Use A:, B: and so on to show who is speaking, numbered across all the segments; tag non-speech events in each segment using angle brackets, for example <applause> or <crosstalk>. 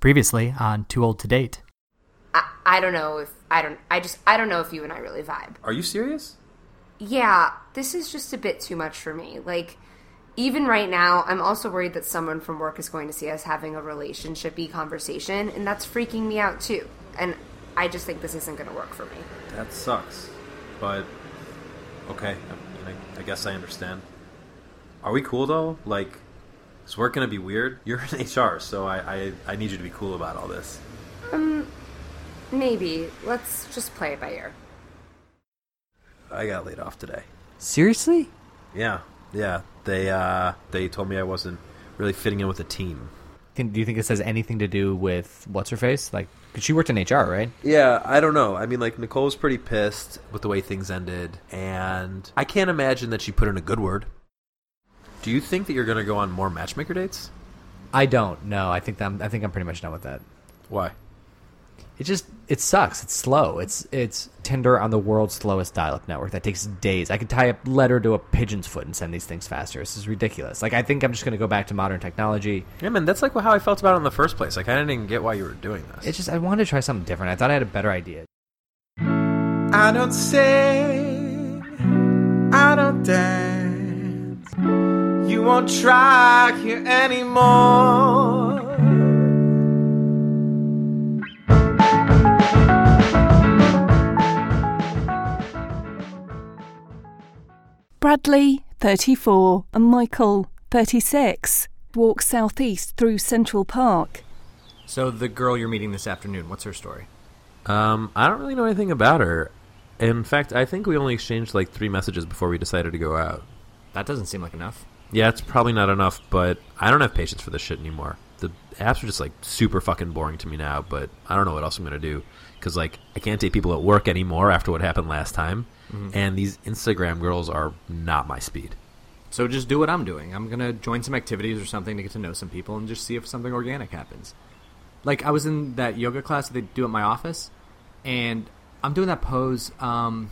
A: Previously on Too Old to Date.
B: I, I don't know if I don't. I just I don't know if you and I really vibe.
C: Are you serious?
B: Yeah, this is just a bit too much for me. Like, even right now, I'm also worried that someone from work is going to see us having a relationshipy conversation, and that's freaking me out too. And I just think this isn't going to work for me.
C: That sucks. But okay, I, mean, I, I guess I understand. Are we cool though? Like, is work gonna be weird? <laughs> You're in HR, so I, I I need you to be cool about all this.
B: Um, maybe let's just play it by ear.
C: I got laid off today.
A: Seriously?
C: Yeah, yeah. They uh they told me I wasn't really fitting in with the team.
D: Can, do you think this has anything to do with what's her face? Like, 'cause she worked in HR, right?
C: Yeah, I don't know. I mean, like Nicole's pretty pissed with the way things ended, and I can't imagine that she put in a good word. Do you think that you're gonna go on more matchmaker dates?
D: I don't. No, I think that I'm, I think I'm pretty much done with that.
C: Why?
D: It just it sucks. It's slow. It's it's Tinder on the world's slowest dial-up network that takes days. I could tie a letter to a pigeon's foot and send these things faster. This is ridiculous. Like I think I'm just going to go back to modern technology.
C: Yeah, man, that's like how I felt about it in the first place. Like I didn't even get why you were doing this.
D: It's just I wanted to try something different. I thought I had a better idea.
E: I don't sing, I don't dance. You won't try here anymore.
F: Bradley, 34, and Michael, 36, walk southeast through Central Park.
A: So the girl you're meeting this afternoon, what's her story?
C: Um, I don't really know anything about her. In fact, I think we only exchanged like three messages before we decided to go out.
A: That doesn't seem like enough.
C: Yeah, it's probably not enough, but I don't have patience for this shit anymore. The apps are just like super fucking boring to me now, but I don't know what else I'm gonna do because like I can't date people at work anymore after what happened last time, and these Instagram girls are not my speed.
A: So just do what I'm doing. I'm gonna join some activities or something to get to know some people and just see if something organic happens. Like I was in that yoga class that they do at my office, and I'm doing that pose. Um,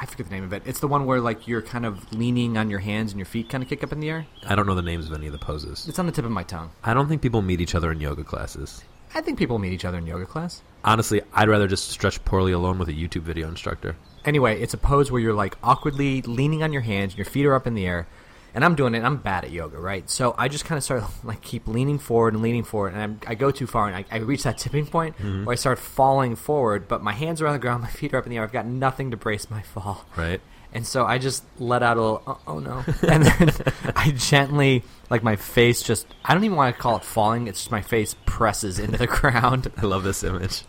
A: I forget the name of it. It's the one where like you're kind of leaning on your hands and your feet kind of kick up in the air.
C: I don't know the names of any of the poses.
A: It's on the tip of my tongue.
C: I don't think people meet each other in yoga classes.
A: I think people meet each other in yoga class.
C: Honestly, I'd rather just stretch poorly alone with a YouTube video instructor.
A: Anyway, it's a pose where you're like awkwardly leaning on your hands, and your feet are up in the air, and I'm doing it. I'm bad at yoga, right? So I just kind of start <laughs> like keep leaning forward and leaning forward, and I'm, I go too far, and I, I reach that tipping point where I start falling forward, but my hands are on the ground, <laughs> my feet are up in the air. I've got nothing to brace my fall,
C: Right.
A: And so I just let out a little, oh, oh no, <laughs> and then I gently like my face just I don't even want to call it falling. It's just my face presses into the <laughs> ground.
C: I love this image.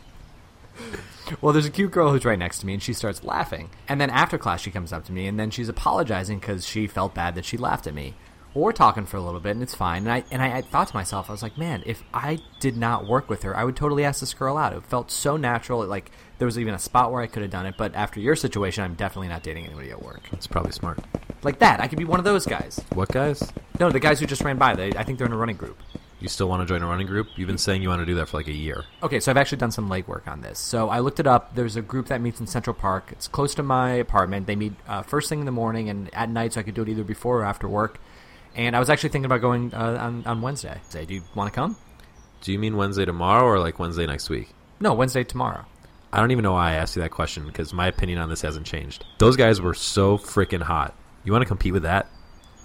A: Well, there's a cute girl who's right next to me, and she starts laughing. And then after class, she comes up to me, and then she's apologizing because she felt bad that she laughed at me. Well, we're talking for a little bit, and it's fine. And I and I, I thought to myself, I was like, man, if I did not work with her, I would totally ask this girl out. It felt so natural. It, like there was even a spot where I could have done it. But after your situation, I'm definitely not dating anybody at work.
C: It's probably smart.
A: Like that, I could be one of those guys.
C: What guys?
A: No, the guys who just ran by. They, I think they're in a running group.
C: You still want to join a running group? You've been saying you want to do that for like a year.
A: Okay, so I've actually done some legwork on this. So I looked it up. There's a group that meets in Central Park. It's close to my apartment. They meet uh, first thing in the morning and at night, so I could do it either before or after work. And I was actually thinking about going uh, on, on Wednesday. Say, do you want to come?
C: Do you mean Wednesday tomorrow or like Wednesday next week?
A: No, Wednesday tomorrow.
C: I don't even know why I asked you that question because my opinion on this hasn't changed. Those guys were so freaking hot. You want to compete with that?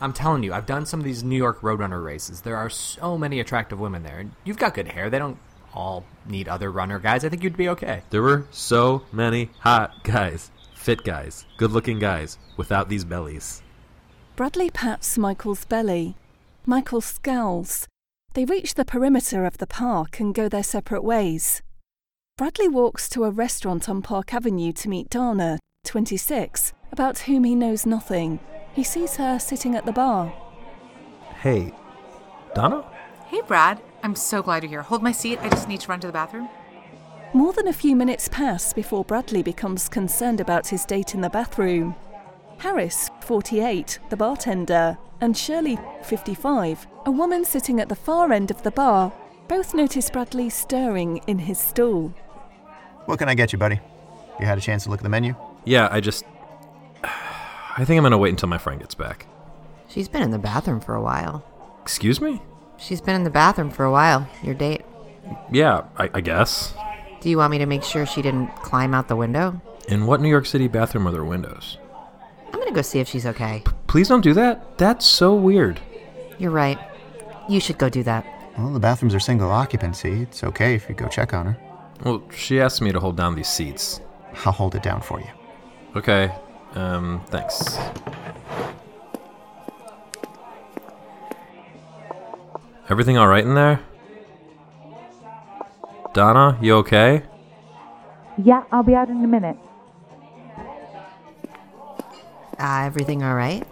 A: I'm telling you, I've done some of these New York Roadrunner races. There are so many attractive women there. And you've got good hair. They don't all need other runner guys. I think you'd be okay.
C: There were so many hot guys, fit guys, good looking guys without these bellies.
F: Bradley pats Michael's belly. Michael scowls. They reach the perimeter of the park and go their separate ways. Bradley walks to a restaurant on Park Avenue to meet Dana, 26, about whom he knows nothing. He sees her sitting at the bar.
C: Hey, Donna?
G: Hey, Brad. I'm so glad you're here. Hold my seat. I just need to run to the bathroom.
F: More than a few minutes pass before Bradley becomes concerned about his date in the bathroom. Harris, 48, the bartender, and Shirley, 55, a woman sitting at the far end of the bar, both notice Bradley stirring in his stool.
H: What can I get you, buddy? You had a chance to look at the menu?
C: Yeah, I just. <sighs> I think I'm going to wait until my friend gets back.
I: She's been in the bathroom for a while.
C: Excuse me?
I: She's been in the bathroom for a while, your date.
C: Yeah, I, I guess.
I: Do you want me to make sure she didn't climb out the window?
C: In what New York City bathroom are there windows?
I: I'm going to go see if she's okay.
C: Please don't do that. That's so weird.
I: You're right. You should go do that.
H: Well, the bathrooms are single occupancy. It's okay if you go check on her.
C: Well, she asked me to hold down these seats.
H: I'll hold it down for you.
C: Okay. Um, thanks. Everything all right in there? Donna, you okay?
J: Yeah, I'll be out in a minute.
I: Uh, everything all right?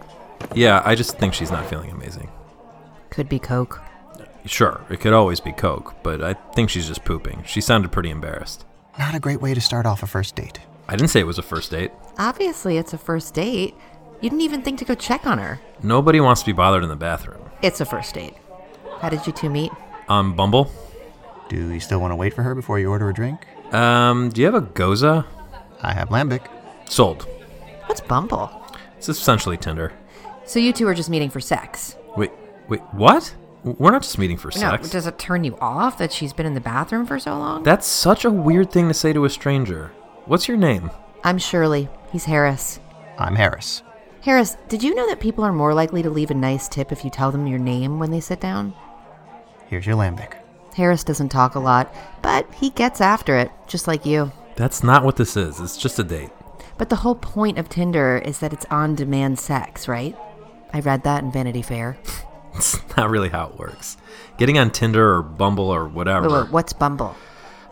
C: Yeah, I just think she's not feeling amazing.
I: Could be Coke.
C: Sure, it could always be Coke, but I think she's just pooping. She sounded pretty embarrassed.
H: Not a great way to start off a first date.
C: I didn't say it was a first date.
I: Obviously, it's a first date. You didn't even think to go check on her.
C: Nobody wants to be bothered in the bathroom.
I: It's a first date. How did you two meet?
C: Um, Bumble?
H: Do you still want to wait for her before you order a drink?
C: Um, do you have a Goza?
H: I have Lambic.
C: Sold.
I: What's Bumble?
C: It's essentially Tinder.
I: So you two are just meeting for sex.
C: Wait, wait, what? We're not just meeting for sex.
I: No, does it turn you off that she's been in the bathroom for so long?
C: That's such a weird thing to say to a stranger. What's your name?
I: I'm Shirley. He's Harris.
H: I'm Harris.
I: Harris, did you know that people are more likely to leave a nice tip if you tell them your name when they sit down?
H: Here's your Lambic.
I: Harris doesn't talk a lot, but he gets after it, just like you.
C: That's not what this is. It's just a date. <laughs>
I: But the whole point of Tinder is that it's on demand sex, right? I read that in Vanity Fair.
C: It's not really how it works. Getting on Tinder or Bumble or whatever.
I: Wait, wait, what's Bumble?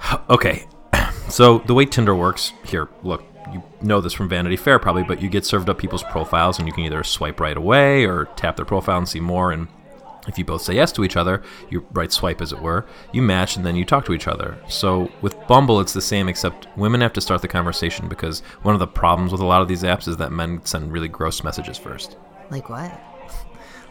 C: Uh, Okay. <clears throat> So the way Tinder works here, look, you know this from Vanity Fair probably, but you get served up people's profiles and you can either swipe right away or tap their profile and see more and if you both say yes to each other, you right swipe as it were, you match and then you talk to each other. So with Bumble it's the same except women have to start the conversation because one of the problems with a lot of these apps is that men send really gross messages first.
I: Like what?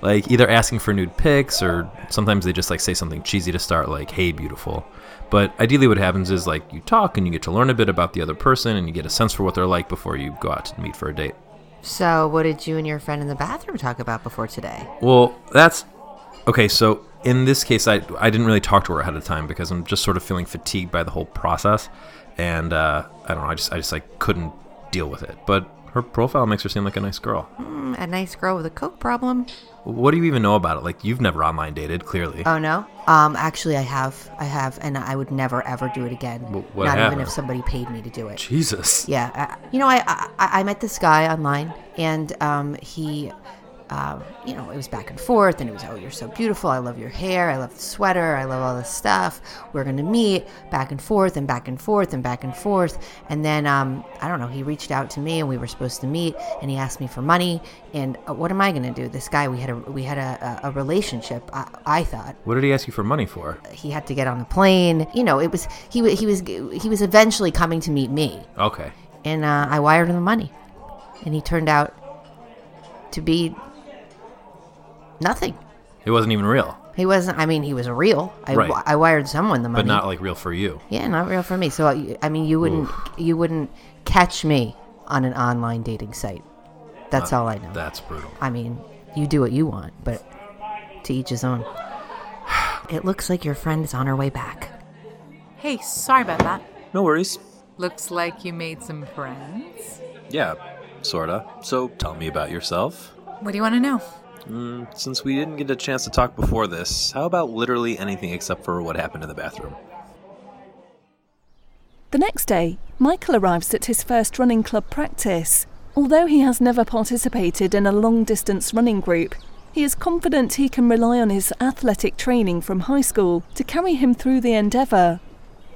C: like either asking for nude pics or sometimes they just like say something cheesy to start like hey beautiful but ideally what happens is like you talk and you get to learn a bit about the other person and you get a sense for what they're like before you go out to meet for a date
I: So, what did you and your friend in the bathroom talk about before today?
C: well that's okay so in this case i, I didn't really talk to her ahead of time because i'm just sort of feeling fatigued by the whole process and uh, i don't know i just i just like couldn't deal with it but her profile makes her seem like a nice girl
I: Hmm, a nice girl with a coke problem?
C: what do you even know about it like you've never online dated clearly
I: Oh no. Um, actually, I have, I have, and I would never ever do it again.
C: Wh- what
I: Not
C: happened?
I: even if somebody paid me to do it.
C: jesus
I: Yeah, I, you know, I, I I met this guy online, and um, he, um, you know, it was back and forth, and it was, oh, you're so beautiful, I love your hair, I love the sweater, I love all this stuff. We're gonna meet, back and forth, and back and forth, and back and forth, and then um, I don't know, he reached out to me, and we were supposed to meet, and he asked me for money, and uh, what am I gonna do? This guy, we had a we had a, a, a relationship, I, I thought,
C: what did he ask you for money for
I: he had to get on the plane, you know, it was he wa- he was he was eventually coming to meet me
C: Okay.
I: and uh, I wired him the money, and he turned out to be nothing.
C: It wasn't even real,
I: He wasn't. I mean, he was real. I,
C: Right.
I: I wired someone the money,
C: but not like real for you.
I: yeah, not real for me. So I- I mean, you wouldn't you wouldn't catch me on an online dating site. That's all I know.
C: Uh, That's brutal.
I: I mean, you do what you want, but to each his own. <sighs> It looks like your friend is on her way back.
G: Hey, sorry about that.
K: No worries.
G: Looks like you made some friends.
C: Yeah, sorta. So tell me about yourself.
G: What do you want to know?
C: Mm, since we didn't get a chance to talk before this, how about literally anything except for what happened in the bathroom?
F: The next day, Michael arrives at his first running club practice. Although he has never participated in a long distance running group, he is confident he can rely on his athletic training from high school to carry him through the endeavour.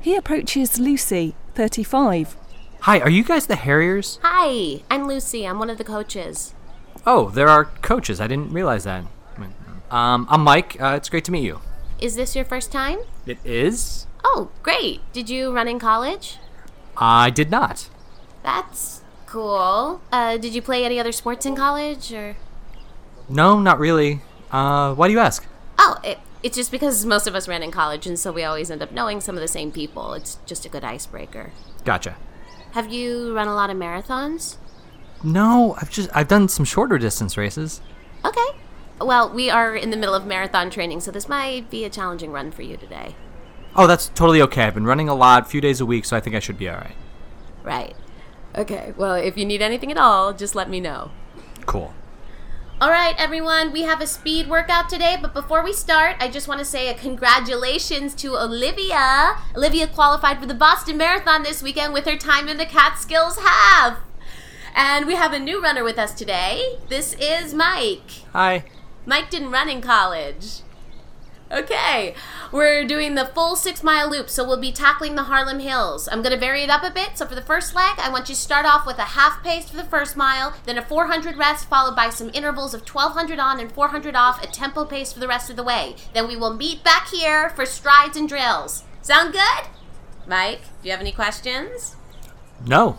F: He approaches Lucy, 35.
A: Hi, are you guys the Harriers?
L: Hi, I'm Lucy. I'm one of the coaches.
A: Oh, there are coaches. I didn't realize that. Um, I'm Mike. Uh, it's great to meet you.
L: Is this your first time?
A: It is?
L: Oh, great. Did you run in college?
A: I did not.
L: That's cool. Uh, did you play any other sports in college or
A: No, not really. Uh, why do you ask?
L: Oh, it, it's just because most of us ran in college and so we always end up knowing some of the same people. It's just a good icebreaker.
A: Gotcha.
L: Have you run a lot of marathons?
A: No, I've just I've done some shorter distance races.
L: Okay. Well, we are in the middle of marathon training, so this might be a challenging run for you today.
A: Oh, that's totally okay. I've been running a lot, a few days a week, so I think I should be all right.
L: Right. Okay, well, if you need anything at all, just let me know.
A: Cool.
L: All right, everyone, we have a speed workout today, but before we start, I just want to say a congratulations to Olivia. Olivia qualified for the Boston Marathon this weekend with her time in the Catskills half. And we have a new runner with us today. This is Mike.
A: Hi.
L: Mike didn't run in college. Okay, we're doing the full six mile loop, so we'll be tackling the Harlem Hills. I'm going to vary it up a bit. So for the first leg, I want you to start off with a half pace for the first mile, then a 400 rest, followed by some intervals of 1200 on and 400 off, a tempo pace for the rest of the way. Then we will meet back here for strides and drills. Sound good? Mike, do you have any questions?
A: No.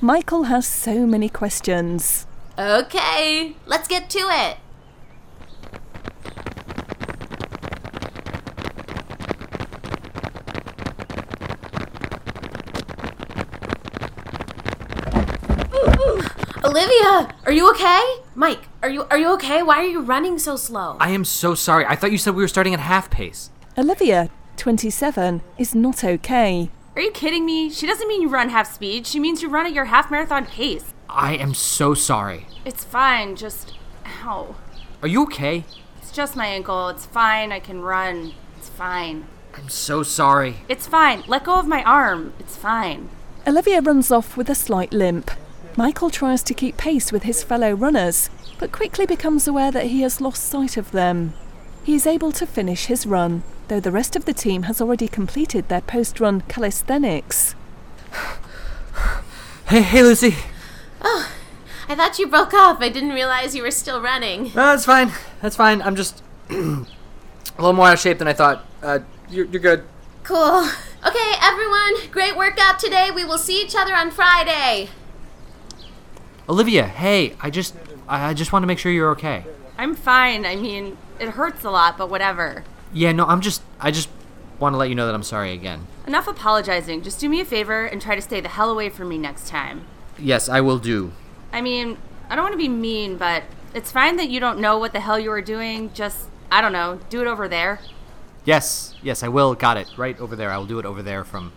F: Michael has so many questions.
L: Okay, let's get to it. Olivia, are you okay? Mike, are you are you okay? Why are you running so slow?
A: I am so sorry. I thought you said we were starting at half pace.
F: Olivia, 27, is not okay.
G: Are you kidding me? She doesn't mean you run half speed. She means you run at your half marathon pace.
A: I am so sorry.
G: It's fine, just ow.
A: Are you okay?
G: It's just my ankle. It's fine. I can run. It's fine.
A: I'm so sorry.
G: It's fine. Let go of my arm. It's fine.
F: Olivia runs off with a slight limp. Michael tries to keep pace with his fellow runners, but quickly becomes aware that he has lost sight of them. He is able to finish his run, though the rest of the team has already completed their post run calisthenics.
A: Hey, hey, Lucy.
L: Oh, I thought you broke off. I didn't realize you were still running.
A: No, that's fine. That's fine. I'm just <clears throat> a little more out of shape than I thought. Uh, you're, you're good.
L: Cool. Okay, everyone, great workout today. We will see each other on Friday.
A: Olivia, hey, I just I I just want to make sure you're okay.
G: I'm fine. I mean, it hurts a lot, but whatever.
A: Yeah, no, I'm just I just want to let you know that I'm sorry again.
G: Enough apologizing. Just do me a favor and try to stay the hell away from me next time.
A: Yes, I will do.
G: I mean, I don't want to be mean, but it's fine that you don't know what the hell you were doing. Just, I don't know, do it over there.
A: Yes, yes, I will. Got it. Right over there. I will do it over there from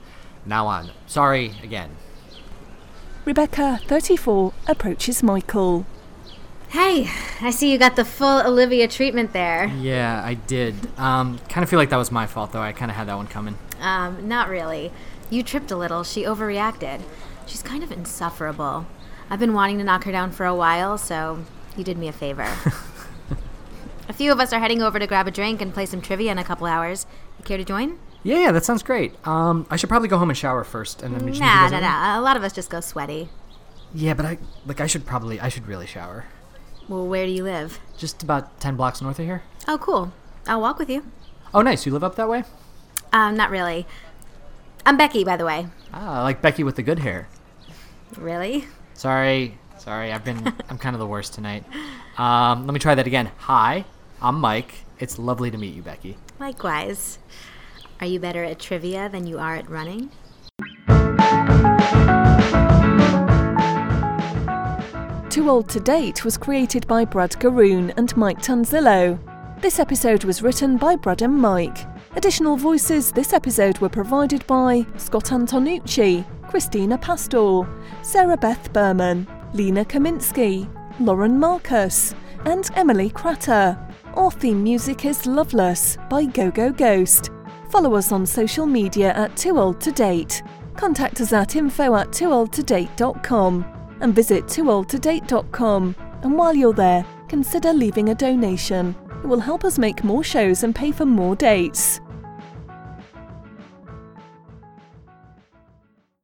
A: now on. Sorry again.
F: Rebecca, 34, approaches Michael.
K: Hey, I see you got the full Olivia treatment there.
A: Yeah, I did. Um, kind of feel like that was my fault, though. I kind of had that one coming.
K: Um, not really. You tripped a little. She overreacted. She's kind of insufferable. I've been wanting to knock her down for a while, so you did me a
A: <laughs>
K: favor. a few of us are heading over to grab a drink and play some trivia in a couple hours. You care to join?
A: Yeah, yeah, that sounds great. Um, I should probably go home and shower first, and then we just
K: Nah,
A: need
K: nah,
A: to go-
K: nah. A lot of us just go sweaty.
A: Yeah, but I like I should probably I should really shower.
K: Well, where do you live?
A: Just about ten blocks north of here.
K: Oh, cool. I'll walk with you.
A: Oh, nice. You live up that way?
K: Um, not really. I'm Becky, by the way.
A: Ah, like Becky with the good hair.
K: Really?
A: Sorry, sorry. I've been <laughs> I'm kind of the worst tonight. Um, let me try that again. Hi, I'm Mike. It's lovely to meet you, Becky.
K: Likewise. Are you better at trivia than you are at running?
F: Too Old to Date was created by Brad Garoon and Mike Tanzillo. This episode was written by Brad and Mike. Additional voices this episode were provided by Scott Antonucci, Christina Pastor, Sarah Beth Berman, Lena Kaminsky, Lauren Marcus, and Emily Cratter. Our theme music is Loveless by Go Go Ghost. Follow us on social media at Too Old to Date. Contact us at info at toooldtodate.com and visit toooldtodate.com. And while you're there, consider leaving a donation. It will help us make more shows and pay for more dates.